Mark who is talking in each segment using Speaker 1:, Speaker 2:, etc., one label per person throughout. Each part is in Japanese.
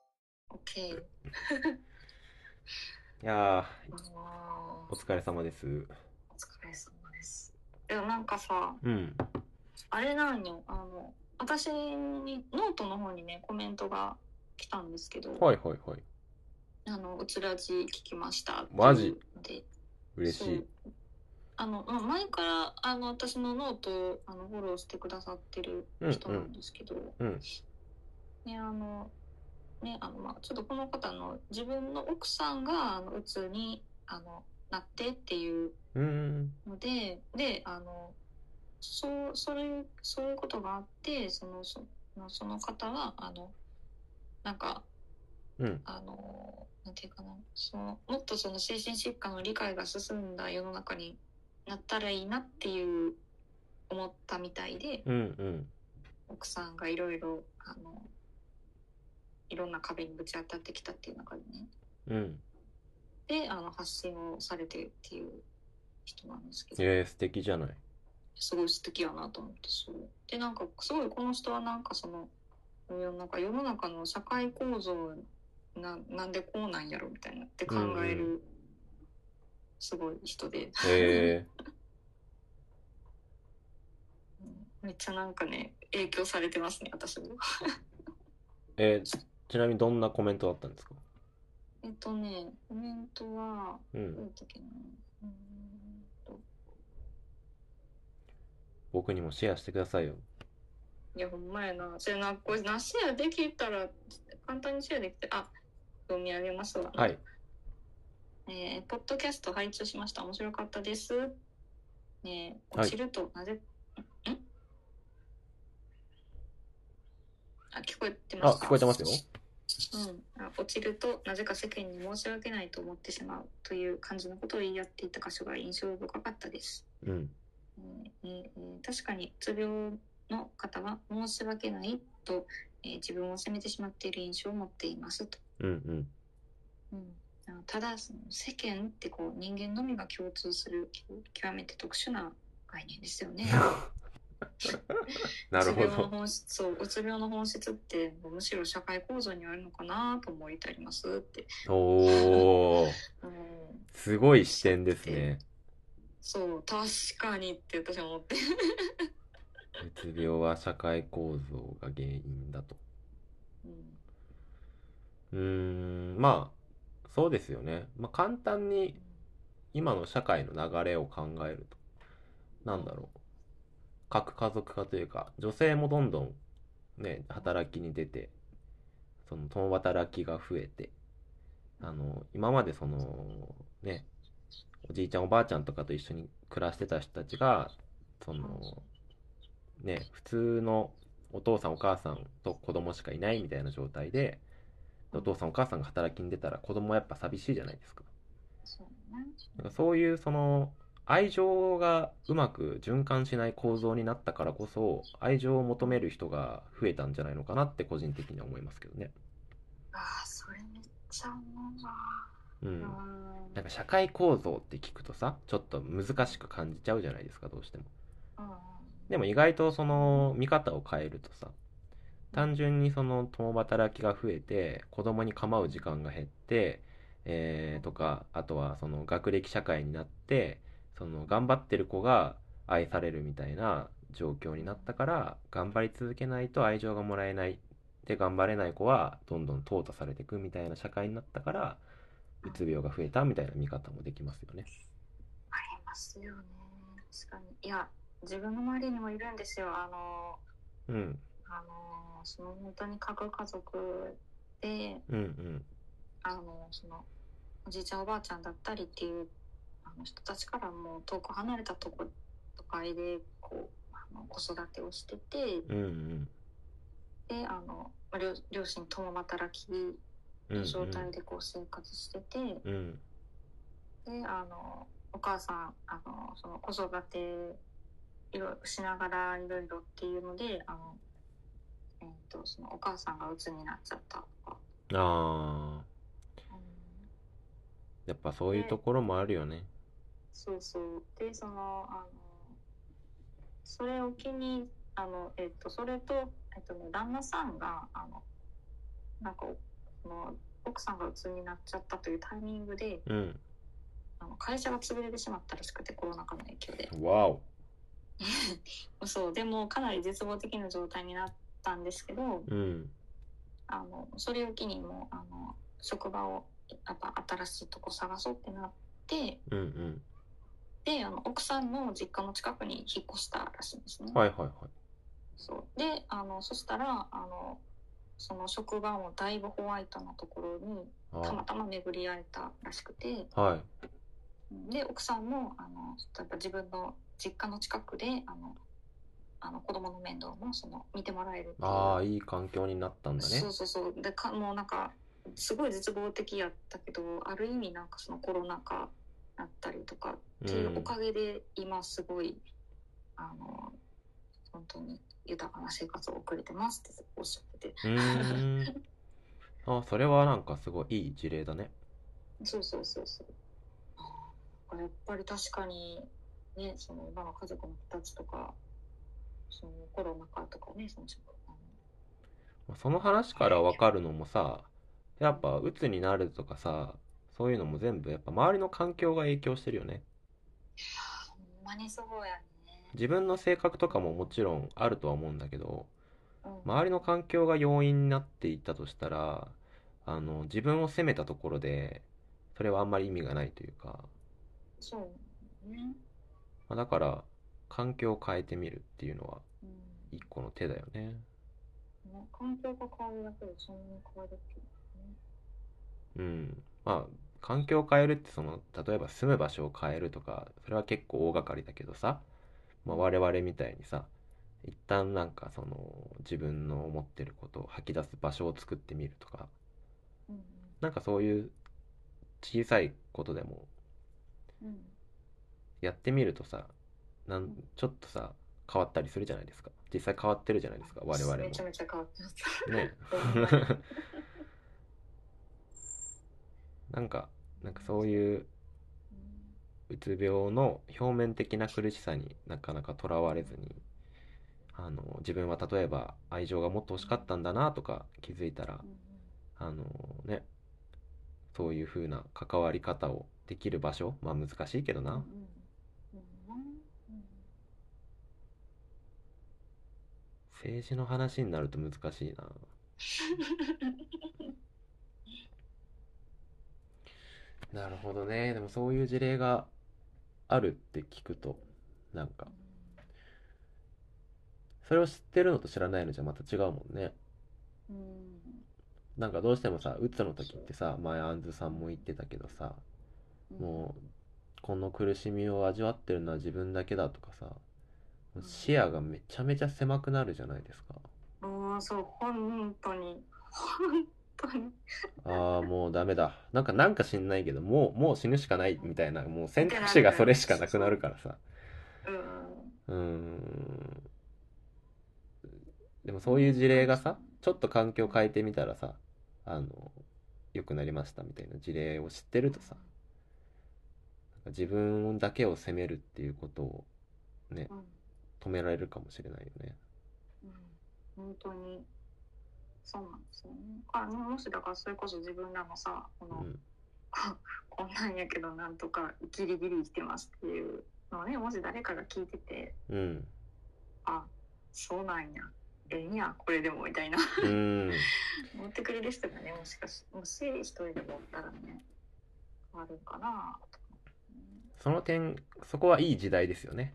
Speaker 1: し、
Speaker 2: いや
Speaker 1: あの
Speaker 2: ー、お疲れ様です。
Speaker 1: お疲れ様です。でもなんかさ、
Speaker 2: うん。
Speaker 1: あれなんよ、あの、私に、ノートの方にね、コメントが来たんですけど、
Speaker 2: はいはいはい。
Speaker 1: あの、うつらじ聞きましたっていう
Speaker 2: マジ
Speaker 1: ので、
Speaker 2: 嬉し
Speaker 1: そ。
Speaker 2: いう
Speaker 1: あの、まあ、前から、あの、私のノートをあのフォローしてくださってる人なんですけど、
Speaker 2: うん。
Speaker 1: ね、あの、ね、あの、まあ、ちょっとこの方の自分の奥さんが、あの、うつに、あの、なってっていう
Speaker 2: うーん。
Speaker 1: ので、で、あの、そう、そういう、そういうことがあって、その、そのその方は、あの、なんか、
Speaker 2: うん。
Speaker 1: あの、なんていうかな、その、もっとその精神疾患の理解が進んだ世の中になったらいいなっていう思ったみたいで、
Speaker 2: うんうん。
Speaker 1: 奥さんがいろいろ、あの、いろんな壁にぶち当たってきたっていう中でね、
Speaker 2: うん。
Speaker 1: で、あの、発信をされてるっていう人なんですけど。
Speaker 2: えー、素敵じ ゃない。
Speaker 1: すごい素敵やなと思ってそうでなんかすごいこの人はなんかそのなんか世の中の社会構造ななんでこうなんやろみたいなって考え
Speaker 2: うん
Speaker 1: るすごい人で、
Speaker 2: え
Speaker 1: うんめっちゃなんかね影響されてますね私 も
Speaker 2: ー、えー、ちなみにどんなコメントだったんですか
Speaker 1: えっとねコメントは
Speaker 2: う
Speaker 1: どうや
Speaker 2: ん。
Speaker 1: ったっけなうーんと
Speaker 2: 僕にもシェアしてくださいよ。
Speaker 1: いやほんまやなそれなこれなシェアできたら簡単にシェアできてあ読み上げますわ
Speaker 2: はい。
Speaker 1: えーポッドキャスト拝聴しました。面白かったです。えー
Speaker 2: はい
Speaker 1: 落ちるとなぜ、んあ、聞こえて
Speaker 2: あ
Speaker 1: ま、すか
Speaker 2: 聞こえてますよ。
Speaker 1: うんあ。落ちるとなぜか世間に申し訳ないと思ってしまうという感じのことを言い合っていた箇所が印象深かったです。
Speaker 2: うん。
Speaker 1: うんえー確かにうつ病の方は申し訳ないと、えー自分を責めてしまっている印象を持っていますと。
Speaker 2: うんうん。
Speaker 1: うん、あのただその世間ってこう人間のみが共通する極極めて特殊な概念ですよね。
Speaker 2: なるほ
Speaker 1: うつ病の
Speaker 2: ど。
Speaker 1: 本質そううつ病の本質ってむしろ社会構造にあるのかなと思いたりますって、
Speaker 2: お
Speaker 1: う
Speaker 2: ー、
Speaker 1: ん、
Speaker 2: すごい視点ですね。
Speaker 1: そう確かにって私は思って
Speaker 2: うつ病は社会構造が原因だと。
Speaker 1: うん
Speaker 2: うーん、まあ、そうですよね。まあ、簡単に今の社会の流れを考えると、なんだろう。核家族化というか、女性もどんどんね、働きに出て、その共働きが増えて、あの、今までその、ね、おじいちゃんおばあちゃんとかと一緒に暮らしてた人たちが、その、ね、普通のお父さんお母さんと子供しかいないみたいな状態で、お父さんお母さんが働きに出たら子供はやっぱ寂しいじゃないですか。
Speaker 1: そうね
Speaker 2: なんかそういうその愛情がうまく循環しない構造になったからこそ愛情を求める人が増えたんじゃないのかなって個人的には思いますけどね。
Speaker 1: ああそれめっちゃ思うわ、
Speaker 2: うん。
Speaker 1: うん
Speaker 2: なんか社会構造って聞くとさ、ちょっと難しく感じちゃうじゃないですか、どうしても。
Speaker 1: うん
Speaker 2: でも意外とその見方を変えるとさ、単純にその共働きが増えて、子供に構う時間が減って、えーとか、あとはその学歴社会になって、その頑張ってる子が愛されるみたいな状況になったから、頑張り続けないと愛情がもらえない。で、頑張れない子はどんどん淘汰されていくみたいな社会になったから、うつ病が増えたみたいな見方もできますよね。
Speaker 1: ありますよね確かにいや自分の周りにもいるんですよあの
Speaker 2: うん、
Speaker 1: あのーその本当に核家族で、
Speaker 2: うん、うん。
Speaker 1: あのーそのおじいちゃんおばあちゃんだったりっていうあの人たちからもう遠く離れたとこ都会でこうあの子育てをしてて
Speaker 2: うん、うん。
Speaker 1: であのまあ両両親共働き
Speaker 2: うん、う
Speaker 1: の
Speaker 2: ん。
Speaker 1: 状態でこう生活してて、
Speaker 2: うん、
Speaker 1: であのお母さんあのその子育ていろいろしながらいろいろっていうのであの、えー、とそのお母さんが鬱になっちゃったとか。
Speaker 2: ああ、
Speaker 1: うん
Speaker 2: やっぱそういうところもあるよね。
Speaker 1: そうそう。で、その、あの、それを機に、あの、えっと、それと、えっとね、旦那さんが、あの、なんか、その、奥さんがうつになっちゃったというタイミングで
Speaker 2: うん。
Speaker 1: あの会社が潰れてしまったらしくてコロナ禍の影響で
Speaker 2: わお。
Speaker 1: そうでもかなり絶望的な状態になったんですけど
Speaker 2: うん。
Speaker 1: あのそれを機にもうあの職場をやっぱ新しいとこ探そうってなって
Speaker 2: うんうん。
Speaker 1: であの奥さんの実家の近くに引っ越したらしいんですね。
Speaker 2: はいはいはい。
Speaker 1: そうであのそしたらあのその職場もだいぶホワイトなところにたま
Speaker 2: あ
Speaker 1: たま巡り会えたらしくて
Speaker 2: あ。はい。
Speaker 1: で奥さんもあのやっぱ自分の実家の近くであのあの子供の面倒もその見てもらえるっていう
Speaker 2: ああ、いい環境になったんだね
Speaker 1: そう。そうそうでかもうなんかすごい絶望的やったけどある意味なんかそのコロナ禍だったりとかっていううんおかげで今すごい、あの本当に豊かな生活を送れてますっておっしゃってて
Speaker 2: うーん。あ、それはなんかすごいいい事例だね。
Speaker 1: そうそうそうそうあーなんかやっぱり確かにねその今の家族の形とかそのコロナ禍とかねそのあの
Speaker 2: その話からわかるのもさ、やっぱ鬱になるとかさ、そういうのも全部やっぱ周りの環境が影響してるよね。
Speaker 1: ほんまにそうやね、
Speaker 2: 自分の性格とかももちろんあるとは思うんだけど、
Speaker 1: うん
Speaker 2: 周りの環境が要因になっていたとしたら、あの、自分を責めたところで、それはあんまり意味がないというか、
Speaker 1: そうね、
Speaker 2: まあだから、環境を変えてみるっていうのは
Speaker 1: うん
Speaker 2: 一個の手だよね。
Speaker 1: ね、環境が変わるだけでそんなに変わるっていうね。
Speaker 2: うん。まあ、環境を変えるってその、例えば住む場所を変えるとか、それは結構大掛かりだけどさ、まあ、我々みたいにさ、一旦なんかその、自分の思ってることを吐き出す場所を作ってみるとか、
Speaker 1: うん
Speaker 2: なんかそういう小さいことでも
Speaker 1: うん。うん。
Speaker 2: やってみるとさ、なん、ちょっとさ、変わったりするじゃないですか。実際変わってるじゃないですか、我々も。
Speaker 1: めちゃめちゃ変わって ます。
Speaker 2: ね
Speaker 1: ほんまに
Speaker 2: なんか、 なんかそういううつ病の表面的な苦しさになかなかとらわれずに、あの、自分は例えば愛情がもっと欲しかったんだなとか気づいたら
Speaker 1: う、ん
Speaker 2: あのね、そういう風な関わり方をできる場所、まあ難しいけど
Speaker 1: うんうんう
Speaker 2: な、
Speaker 1: んうん
Speaker 2: 政治の話になると難しいな。 なるほどね。でもそういう事例があるって聞くと、なんか、それを知ってるのと知らないのじゃまた違うもんね。
Speaker 1: うんうん
Speaker 2: なんかどうしてもさ、うつの時ってさ、前アンズさんも言ってたけどさ、
Speaker 1: うん
Speaker 2: もう、この苦しみを味わってるのは自分だけだとかさ、も
Speaker 1: う
Speaker 2: うん視野がめちゃめちゃ狭くなるじゃないですか。
Speaker 1: もうそう本当に本当に
Speaker 2: ああ、もうダメだ。なんか、なんか知んないけど、もう、もう死ぬしかないみたいな、もう選択肢がそれしかなくなるからさ。
Speaker 1: うん
Speaker 2: うーん。でもそういう事例がさ、ちょっと環境変えてみたらさ、あの、良くなりましたみたいな事例を知ってるとさ、なんか自分だけを責めるっていうことをね
Speaker 1: う、ん
Speaker 2: 止められるかもしれないよね。
Speaker 1: うん本当にそうなんですよねあもしだからそれこそ自分らもさこ
Speaker 2: う
Speaker 1: の、
Speaker 2: ん。
Speaker 1: こんなんやけどなんとかギリギリ生きてますっていうのをねもし誰かが聞いてて
Speaker 2: うん。
Speaker 1: あそうなんやええんやこれでもみたいな
Speaker 2: うーん。
Speaker 1: 思ってくれる人がねもしかしもし一人でもおったらね変わるんかなとか
Speaker 2: その点、そこはいい時代ですよね。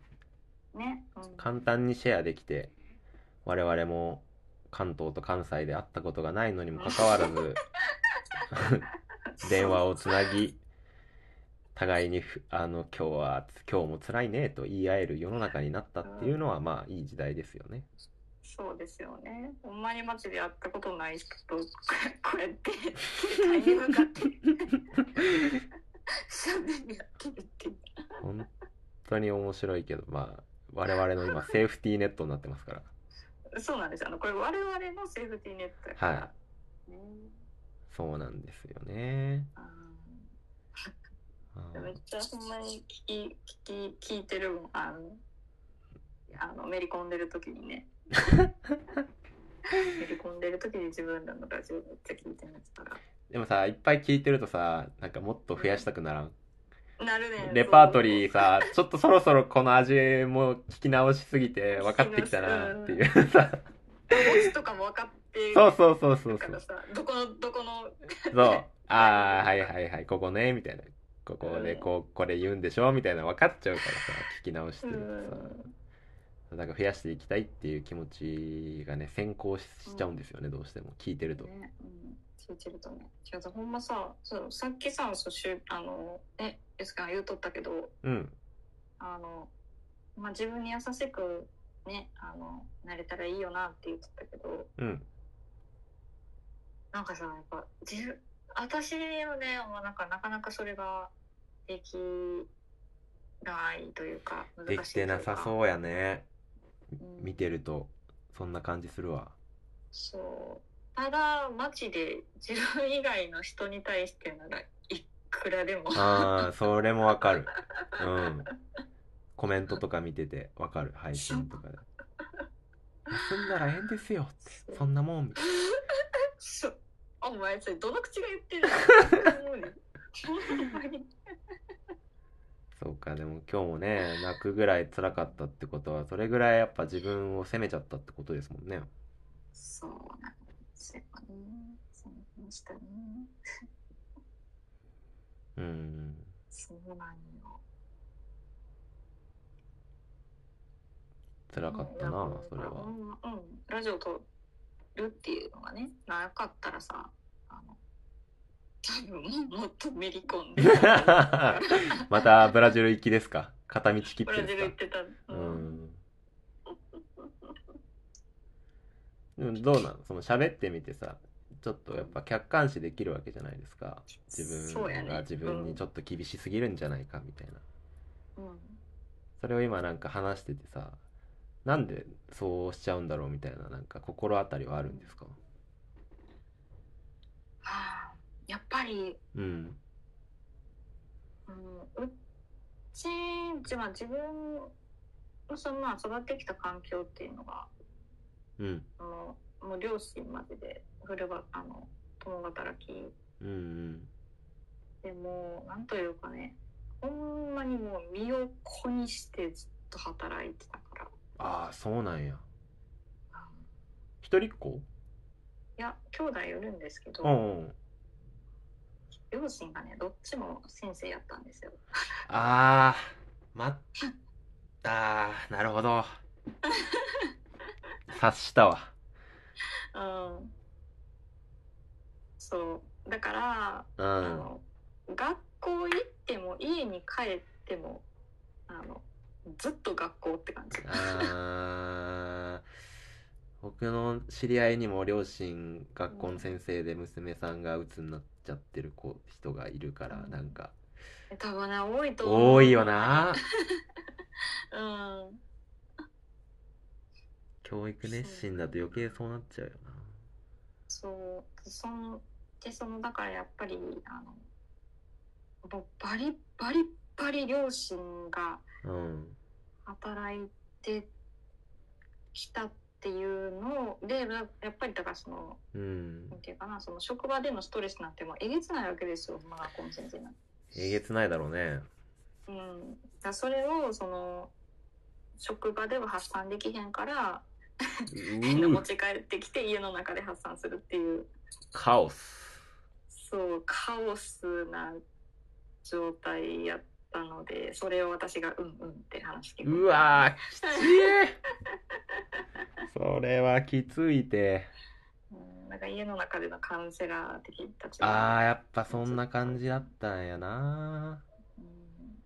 Speaker 1: ね、うん、
Speaker 2: 簡単にシェアできて、我々も関東と関西で会ったことがないのにもかかわらず、電話をつなぎ、互いにふ、あの、今日は、今日も辛いねと言い合える世の中になったっていうのは、まあ、いい時代ですよね。
Speaker 1: そうですよねほんまに街で会ったことない人と こうやって携帯に向かって 喋り合ってるっていう
Speaker 2: 本当に面白いけど、まあ、我々の今、セーフティーネットになってますから。
Speaker 1: そうなんですよあのこれ我々のセーフティーネットやから、
Speaker 2: はい
Speaker 1: ね
Speaker 2: そうなんですよね。
Speaker 1: あ
Speaker 2: あ
Speaker 1: ーめっ
Speaker 2: ー
Speaker 1: ちゃほんまに聞き聞き聞いてるもんあのあのめり込んでる時に ねめり込んでる時に自分らのラジオめっちゃ聞いてますから
Speaker 2: でもさいっぱい聞いてるとさなんかもっと増やしたくならん
Speaker 1: なるね
Speaker 2: レパートリーさちょっとそろそろこの味も聞き直しすぎて分かってきたなっていうさ
Speaker 1: そうお餅とかも分かって
Speaker 2: そうそうそうそ
Speaker 1: だ
Speaker 2: うそ
Speaker 1: から
Speaker 2: う
Speaker 1: さどこのどこの
Speaker 2: そうああはいはいはいここねみたいなここでこうこれ言うんでしょみたいな分かっちゃうからさ聞き直してるとさなんか増やしていきたいっていう気持ちがね先行ししちゃうんですよねどうしても聞いてると
Speaker 1: ね、うん、聞いてるとね。違う、ほんまさ、そう、さっきさ、そう、しゅ、あの、ね、ゆすかが言うとったけど、
Speaker 2: うん
Speaker 1: あの。まあ、自分に優しく、ね、あの、なれたらいいよなって言ってたけど、
Speaker 2: うん
Speaker 1: なんかさ、やっぱ、自分。私はね、もうなんか、なかなかそれが。でき。ないというか。
Speaker 2: できてなさ
Speaker 1: う。
Speaker 2: そうやね
Speaker 1: うん
Speaker 2: 見てるとそんな感じするわ
Speaker 1: そう。ただ、街で、自分以外の人に対してなら、いくらでも。
Speaker 2: ああそれもわかるうんコメントとか見ててわかる配信とかで休んだらええんですよってそんなもん
Speaker 1: そうお前それどの口が言ってるのほん まに
Speaker 2: そうかでも今日もね泣くぐらい辛かったってことはそれぐらいやっぱ自分を責めちゃったってことですもんね
Speaker 1: そうなんですよね。そうでしたね。
Speaker 2: うん
Speaker 1: そうなんよ。
Speaker 2: 辛かったなそれは
Speaker 1: うんうん、ラジオ撮るっていうのがね、なかったらさ、あの、多分もっとめり込 んで
Speaker 2: またブラジル行きですか片道切っ
Speaker 1: ブ
Speaker 2: て
Speaker 1: ラ
Speaker 2: で
Speaker 1: ジ
Speaker 2: す
Speaker 1: ル
Speaker 2: か
Speaker 1: 行ってた。
Speaker 2: う。んでもどうなのその喋ってみてさちょっとやっぱ客観視できるわけじゃないですか自
Speaker 1: そうや
Speaker 2: 分が
Speaker 1: ね
Speaker 2: 自分にちょっと厳しすぎるんじゃないかみたいな
Speaker 1: うん
Speaker 2: それを今なんか話しててさなんでそうしちゃうんだろうみたいななんか心当たりはあるんですか
Speaker 1: はあ、やっぱり
Speaker 2: うん
Speaker 1: うんうちじまあ自分のそのまあ育ってきた環境っていうのが
Speaker 2: うん
Speaker 1: あのもう両親まででフルバあの共働き
Speaker 2: うんうん
Speaker 1: でもうなんというかねほんまにもう身を粉にしてずっと働いてたから、
Speaker 2: ああそうなんや
Speaker 1: うん
Speaker 2: 一人っ子
Speaker 1: いや兄弟いるんですけど、
Speaker 2: うんうん
Speaker 1: 両親がねどっちも先生やったんですよ。
Speaker 2: ああまああなるほ ど察したわ
Speaker 1: うん、そうだから
Speaker 2: う
Speaker 1: あ
Speaker 2: ん
Speaker 1: の学校行っても家に帰ってもあのずっと学校って感じ。
Speaker 2: あー僕の知り合いにも両親学校の先生で娘さんが鬱になっちゃってる子人がいるから
Speaker 1: うん
Speaker 2: なんか
Speaker 1: 多分ね多いと思う。
Speaker 2: 多いよ。な
Speaker 1: うん。
Speaker 2: 教育熱心だと余計そうなっちゃうよな
Speaker 1: そう。そのでそのだからやっぱりあのもうバリバリバリ両親が
Speaker 2: うん
Speaker 1: 働いてきたっていうのをでやっぱりだからその
Speaker 2: うん
Speaker 1: なんていうかなその職場でのストレスなんてもうえげつないわけですよ。まあ学校の先生なんて
Speaker 2: えげつないだろう ね
Speaker 1: うん、だからそれをその職場では発散できへんから、
Speaker 2: う
Speaker 1: 持
Speaker 2: う
Speaker 1: ち帰ってきて家の中で発散するっていう
Speaker 2: カオス
Speaker 1: そうカオスな状態やったのでそれを私がうんうんって話して
Speaker 2: うわーきつ いそれはきついて
Speaker 1: うん、なんか家の中でのカウンセラー的たち
Speaker 2: あーやっぱそんな感じだったんやな
Speaker 1: うん、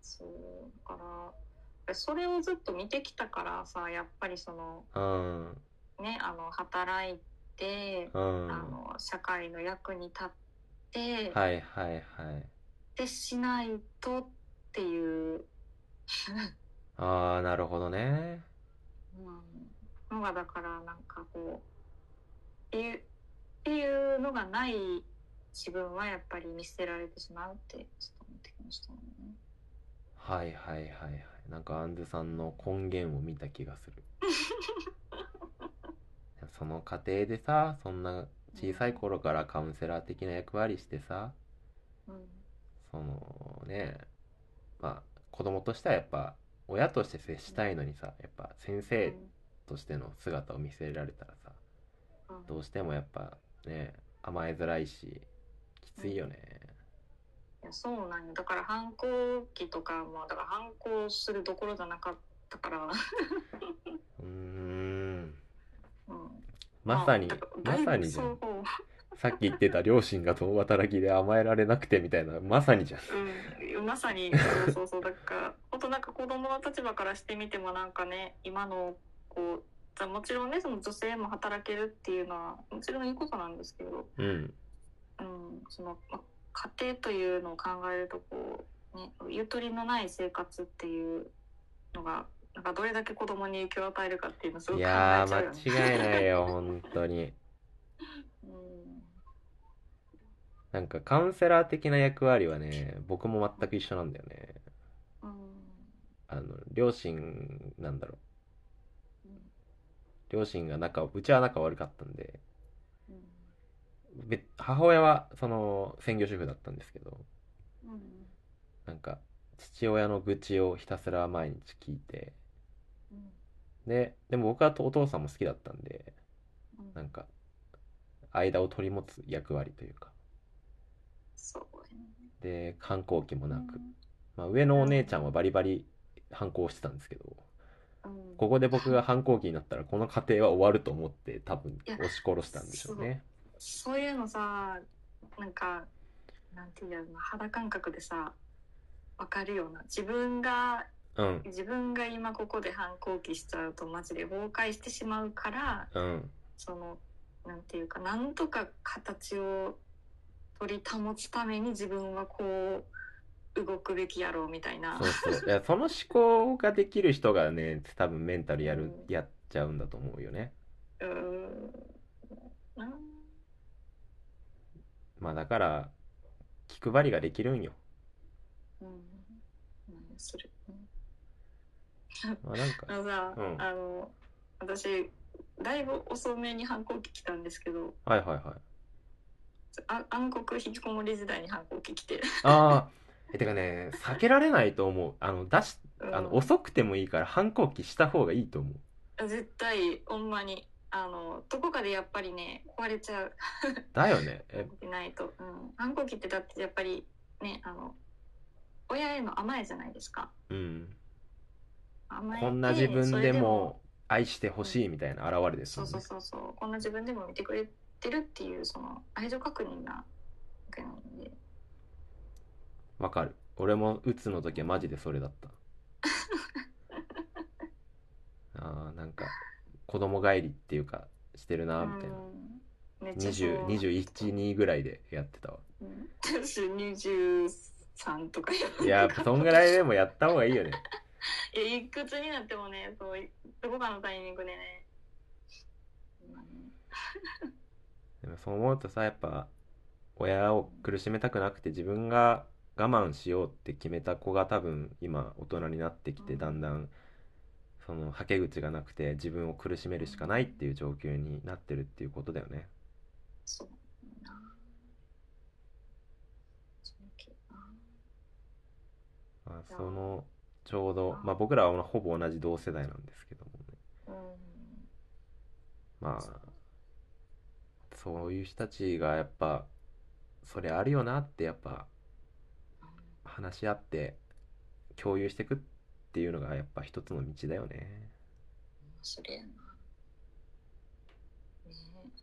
Speaker 1: そうだからそれをずっと見てきたからさやっぱりその
Speaker 2: うん
Speaker 1: ねあの働いて
Speaker 2: うん
Speaker 1: あの社会の役に立って、
Speaker 2: はいはいはい。
Speaker 1: でしないとっていう、
Speaker 2: ああ、なるほどね。
Speaker 1: うん、のがだからなんかこうっていうっていうのがない自分はやっぱり見捨てられてしまうってちょっと思ってきましたね。
Speaker 2: はいはいはいはい。なんかアンズさんの根源を見 た気がする。その過程でさ、そんな小さい頃からカウンセラー的な役割してさ
Speaker 1: うん
Speaker 2: そのねまあ子供としてはやっぱ親として接したいのにさやっぱ先
Speaker 1: う
Speaker 2: 生
Speaker 1: ん
Speaker 2: としての姿を見せられたらさ
Speaker 1: うん
Speaker 2: どうしてもやっぱね甘えづらいしきついよね
Speaker 1: いやそうなんよだから反抗期とかもだから反抗するどころじゃなかったから、
Speaker 2: うーん
Speaker 1: うん、
Speaker 2: まさに
Speaker 1: あだから
Speaker 2: まさにじゃ
Speaker 1: そうん
Speaker 2: さっき言ってた両親が共働きで甘えられなくてみたいなまさにじゃん
Speaker 1: うん、まさにそうそうそうだから本当なんか子供の立場からしてみてもなんかね今のこうじゃあもちろんねその女性も働けるっていうのはもちろんいいことなんですけど、
Speaker 2: うん
Speaker 1: うん、そのま家庭というのを考えるとこう、ね、ゆとりのない生活っていうのがなんかどれだけ子供に影響を与えるかっていうのをすご
Speaker 2: い
Speaker 1: く考えちゃう
Speaker 2: や
Speaker 1: よね。
Speaker 2: ー間違いないよ本当に
Speaker 1: うん
Speaker 2: なんかカウンセラー的な役割はね僕も全く一緒なんだよね
Speaker 1: うん
Speaker 2: あの両親なんだろう両親が仲をうちは仲悪かったんで
Speaker 1: うん
Speaker 2: べ母親はその専業主婦だったんですけど
Speaker 1: うん
Speaker 2: なんか父親の愚痴をひたすら毎日聞いて
Speaker 1: うん
Speaker 2: ででも僕はお父さんも好きだったんで
Speaker 1: うん
Speaker 2: なんか間を取り持つ役割というか
Speaker 1: そうやね
Speaker 2: で反抗期もなく、
Speaker 1: うん
Speaker 2: まあ、上のお姉ちゃんはバリバリ反抗してたんですけど
Speaker 1: うん
Speaker 2: ここで僕が反抗期になったらこの家庭は終わると思って多分
Speaker 1: いや
Speaker 2: 押し殺したんでしょうね
Speaker 1: そういうのさなんかなんていうんだろうな肌感覚でさわかるような自分が
Speaker 2: うん
Speaker 1: 自分が今ここで反抗期しちゃうとマジで崩壊してしまうから
Speaker 2: うん
Speaker 1: そのなんていうかなんとか形を取り保つために自分はこう動くべきやろうみたいな
Speaker 2: そうそういやその思考ができる人がね多分メンタルやる
Speaker 1: うん
Speaker 2: やっちゃうんだと思うよね
Speaker 1: うーんうん
Speaker 2: まあだから気配りができるんよ、
Speaker 1: うんうんするうん
Speaker 2: まあ、なん
Speaker 1: あ
Speaker 2: か
Speaker 1: のさ、
Speaker 2: うん
Speaker 1: あの私だいぶ遅めに反抗期来たんですけど
Speaker 2: はいはいはい
Speaker 1: あ暗黒引きこもり時代に反抗期来て、
Speaker 2: ああえてかね避けられないと思うあの出し
Speaker 1: うん
Speaker 2: あの遅くてもいいから反抗期した方がいいと思う
Speaker 1: 絶対ほんまにあのどこかでやっぱりね壊れちゃう
Speaker 2: だよねえ
Speaker 1: ないと、うん、反抗期ってだってやっぱりねあの親への甘えじゃないですか
Speaker 2: うん
Speaker 1: 甘えて
Speaker 2: こんな自
Speaker 1: そ
Speaker 2: 分
Speaker 1: れ
Speaker 2: でも愛してほしいみたいな表れです
Speaker 1: そ
Speaker 2: も
Speaker 1: うんそう
Speaker 2: ね
Speaker 1: そうそうこんな自分でも見てくれてるっていうその愛情確認なわけなんで
Speaker 2: わかる俺もうつの時はマジでそれだった あーなんか子供帰りっていうかしてるなみたいな
Speaker 1: うんめっちゃそう
Speaker 2: 20212ぐらいでやって たわ
Speaker 1: うん私23とかや
Speaker 2: いや
Speaker 1: なんか
Speaker 2: そんぐらいでもやった方がいいよね
Speaker 1: いやいくつになってもねそういどこかのタイミングでねまあね
Speaker 2: でもそう思うとさやっぱ親を苦しめたくなくて自分が我慢しようって決めた子が多分今大人になってきて
Speaker 1: うん
Speaker 2: だんだんそのはけ口がなくて自分を苦しめるしかないっていう状況になってるっていうことだよね。
Speaker 1: そうなそうだけどな
Speaker 2: まあ、
Speaker 1: うん
Speaker 2: そのちょうど、まあ、僕らはほぼ同じ同世代なんですけどもね
Speaker 1: うん
Speaker 2: まあそういう人たちがやっぱそれあるよなってやっぱ話し合って共有していくっていうのがやっぱ一つの道だよね。
Speaker 1: それやな。ね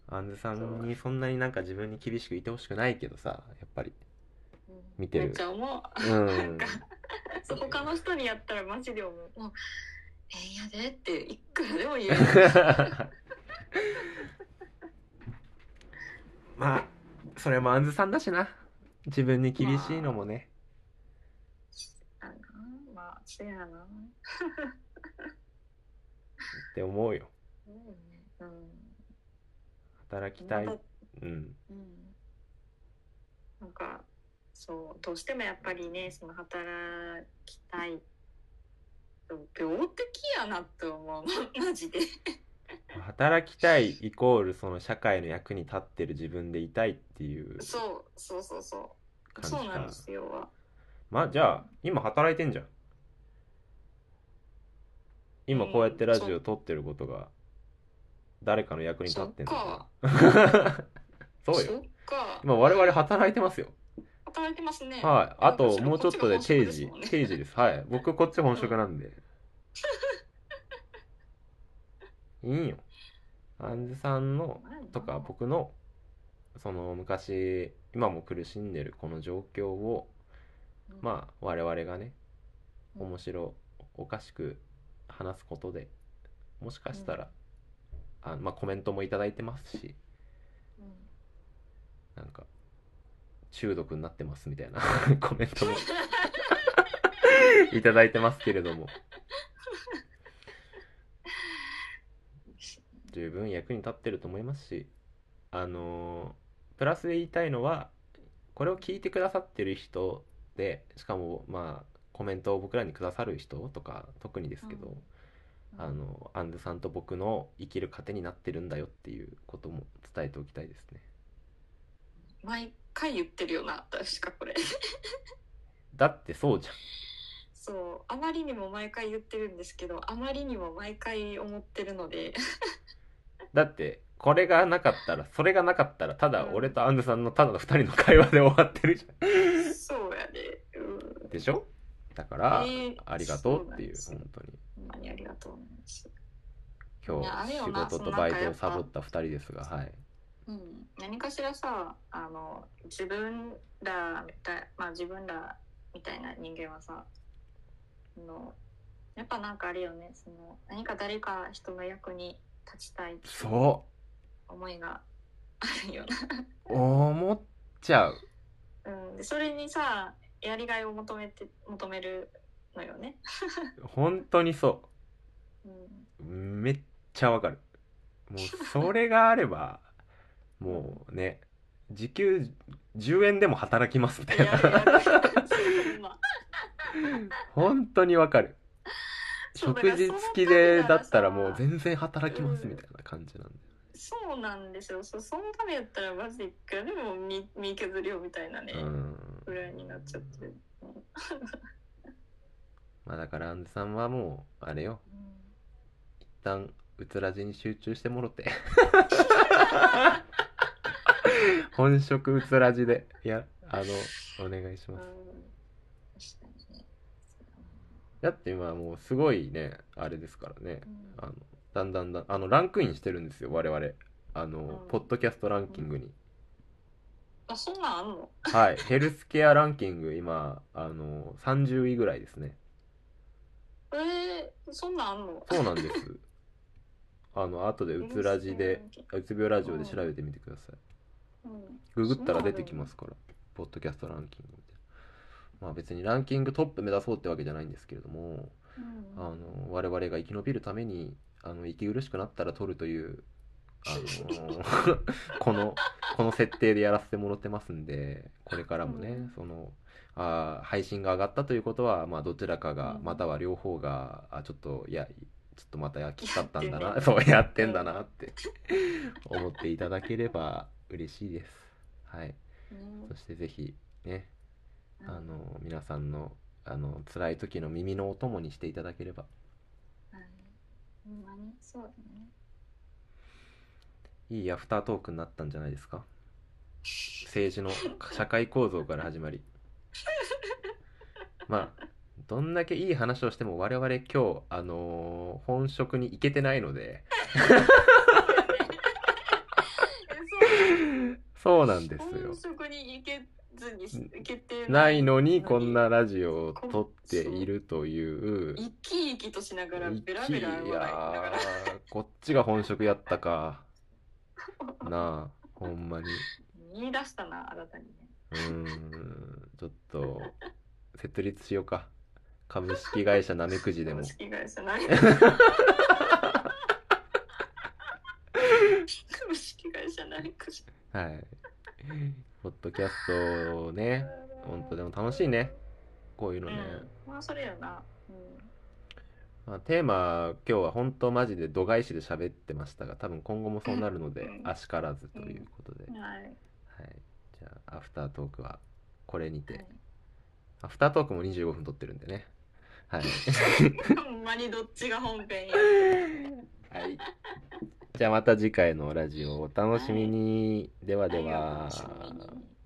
Speaker 2: アンズさんにそんなになんか自分に厳しくいてほしくないけどさやっぱり
Speaker 1: うん
Speaker 2: 見てる
Speaker 1: めっちゃ思う。
Speaker 2: うん
Speaker 1: そう他の人にやったらマジで思う。もうえー、やでっていくらでも言え る。
Speaker 2: まあそれもアンズさんだしな自分に厳しいのもね、
Speaker 1: あなまあ、せやな。
Speaker 2: って思うよ
Speaker 1: そうよねうん。
Speaker 2: 働きたい
Speaker 1: まだ
Speaker 2: うん
Speaker 1: うん。なんか、そう、どうしてもやっぱりね、その働 きたい。病的やなって思う。マジで。
Speaker 2: 働きたいイコールその社会の役に立ってる自分でいたいっていう
Speaker 1: そうそうそうそう
Speaker 2: 感じか
Speaker 1: そうなんですよ
Speaker 2: まあじゃあ今働いてんじゃん今こうやってラジオ撮ってることが誰かの役に立ってんのかな そうよ
Speaker 1: っか
Speaker 2: 今我々働いてますよ
Speaker 1: 働いてますね
Speaker 2: はいあともうちょっとで定時
Speaker 1: こっちが本職ですもんね
Speaker 2: 定時ですはい僕こっち本職な んでいいよアンズさんのとか僕のその昔今も苦しんでるこの状況をまあ我々がね
Speaker 1: うん
Speaker 2: 面白おかしく話すことでもしかしたら、あまあコメントもいただいてますし
Speaker 1: うんうん
Speaker 2: なんか中毒になってますみたいな コメ ントもいただいてますけれども十分役に立ってると思いますしあのープラスで言いたいのはこれを聞いてくださってる人でしかもまあコメントを僕らにくださる人とか特にですけど、あのアンズさんと僕の生きる糧になってるんだよっていうことも伝えておきたいですね
Speaker 1: 毎回言ってるよな確かこれ
Speaker 2: だってそうじゃん
Speaker 1: そうあまりにも毎回言ってるんですけどあまりにも毎回思ってるの で
Speaker 2: だってこれがなかったらそれがなかったらただ俺とアンズさんのただの2人の会話で終わってるじゃ
Speaker 1: そうやで、うん
Speaker 2: んでしょだから、
Speaker 1: えー
Speaker 2: ありがとうっていう
Speaker 1: そうな
Speaker 2: 本当に
Speaker 1: ほんまにありがとうございますいや
Speaker 2: 今
Speaker 1: あれ
Speaker 2: 日
Speaker 1: よ
Speaker 2: 仕
Speaker 1: な
Speaker 2: 事
Speaker 1: そ
Speaker 2: と
Speaker 1: の
Speaker 2: バイ
Speaker 1: なんか
Speaker 2: ト
Speaker 1: や
Speaker 2: を
Speaker 1: っ
Speaker 2: サ
Speaker 1: ぱ
Speaker 2: ボった2人ですがはい
Speaker 1: うん、何かしらさあの自分らみたい、まあ、自分らみたいな人間はさあのやっぱなんかあれよねその何か誰か人の役に立ちたいっていう
Speaker 2: そ
Speaker 1: 思いがあるよ
Speaker 2: う思っちゃう
Speaker 1: な、うん、でそれにさやりがいを求めて求めるのよね、
Speaker 2: 本当にそ
Speaker 1: うん、
Speaker 2: うめっちゃわかるもうそれがあれ ばもうね時給10円でも働きますみたい
Speaker 1: やるや
Speaker 2: な
Speaker 1: るほんま
Speaker 2: 本当にわかる
Speaker 1: そう
Speaker 2: 食事付きでだったらもう全然働きます
Speaker 1: うん
Speaker 2: みたいな感じなんで、
Speaker 1: そうなんですよそそのためやったらマジでいくらでも身身削りよみたいなね、
Speaker 2: うん
Speaker 1: ぐらいになっちゃってる、うん
Speaker 2: まあ、だからアンズさんはもうあれよ一旦うつらじに集中しても ろて本職うつらじでいやあのお願いし
Speaker 1: うん
Speaker 2: ます
Speaker 1: 確かにね
Speaker 2: だって今もうすごいねあれですからね
Speaker 1: うん
Speaker 2: あのだんだんだんあのランクインしてるんですよ我々あの、
Speaker 1: うん
Speaker 2: ポッドキャストランキングに、
Speaker 1: あそんなんあんの
Speaker 2: はいヘルスケアランキング今あの30位ぐらいですね
Speaker 1: えー、そんなんあんの
Speaker 2: そうなんです あの後でうつラジで、うつ病ラジオで調べてみてください
Speaker 1: うん、
Speaker 2: ググったら出てきますから、ポッドキャストランキングみたいな。まあ別にランキングトップ目指そうってわけじゃないんですけれども、
Speaker 1: うん
Speaker 2: あの我々が生き延びるためにあの息苦しくなったら取るという、あの このこの設定でやらせてもらってますんで、これからもね、
Speaker 1: うん
Speaker 2: そのあー配信が上がったということは、まあ、どちらかが、
Speaker 1: うん
Speaker 2: または両方があちょっといやちょっとまたやきつかったんだ
Speaker 1: やっ
Speaker 2: な、
Speaker 1: てんね
Speaker 2: そうやってんだなって思っていただければ嬉しいです。はい、
Speaker 1: うん
Speaker 2: そしてぜひね、あの皆さんのあの辛い時の耳のお供にしていただければ。
Speaker 1: はいほんまにそうだね
Speaker 2: いいアフタートークになったんじゃないですか政治の社会構造から始まりまあどんだけいい話をしても我々今日あのー本職に行けてないので
Speaker 1: えそう
Speaker 2: そうなんですよ
Speaker 1: 本職に行けずにし行けて
Speaker 2: ないのにこんなラジオを撮っているという
Speaker 1: 生き生きとしながらベラベラ笑
Speaker 2: い
Speaker 1: いな
Speaker 2: や
Speaker 1: がら
Speaker 2: ーこっちが本職やったかなあほんまに
Speaker 1: 見出したな新たにね
Speaker 2: うーんちょっと設立しようか株式会社なめくじでも
Speaker 1: 株式会社 ない株式会社ないくじ
Speaker 2: はいポッドキャストをね本当でも楽しいねこういうのね、
Speaker 1: うんまあそれよなうん
Speaker 2: まあ、テーマ今日は本当マジで度外視で喋ってましたが多分今後もそうなるので
Speaker 1: うん
Speaker 2: あしからずということで、はい、
Speaker 1: はい。
Speaker 2: じゃあアフタートークはこれにて、
Speaker 1: はい
Speaker 2: アフタートークも25分撮ってるんでねはい、
Speaker 1: ほんまにどっちが本編や。
Speaker 2: はい、 じゃあまた次回のラジオをお楽しみに、ではで
Speaker 1: はいお
Speaker 2: は
Speaker 1: 楽しみに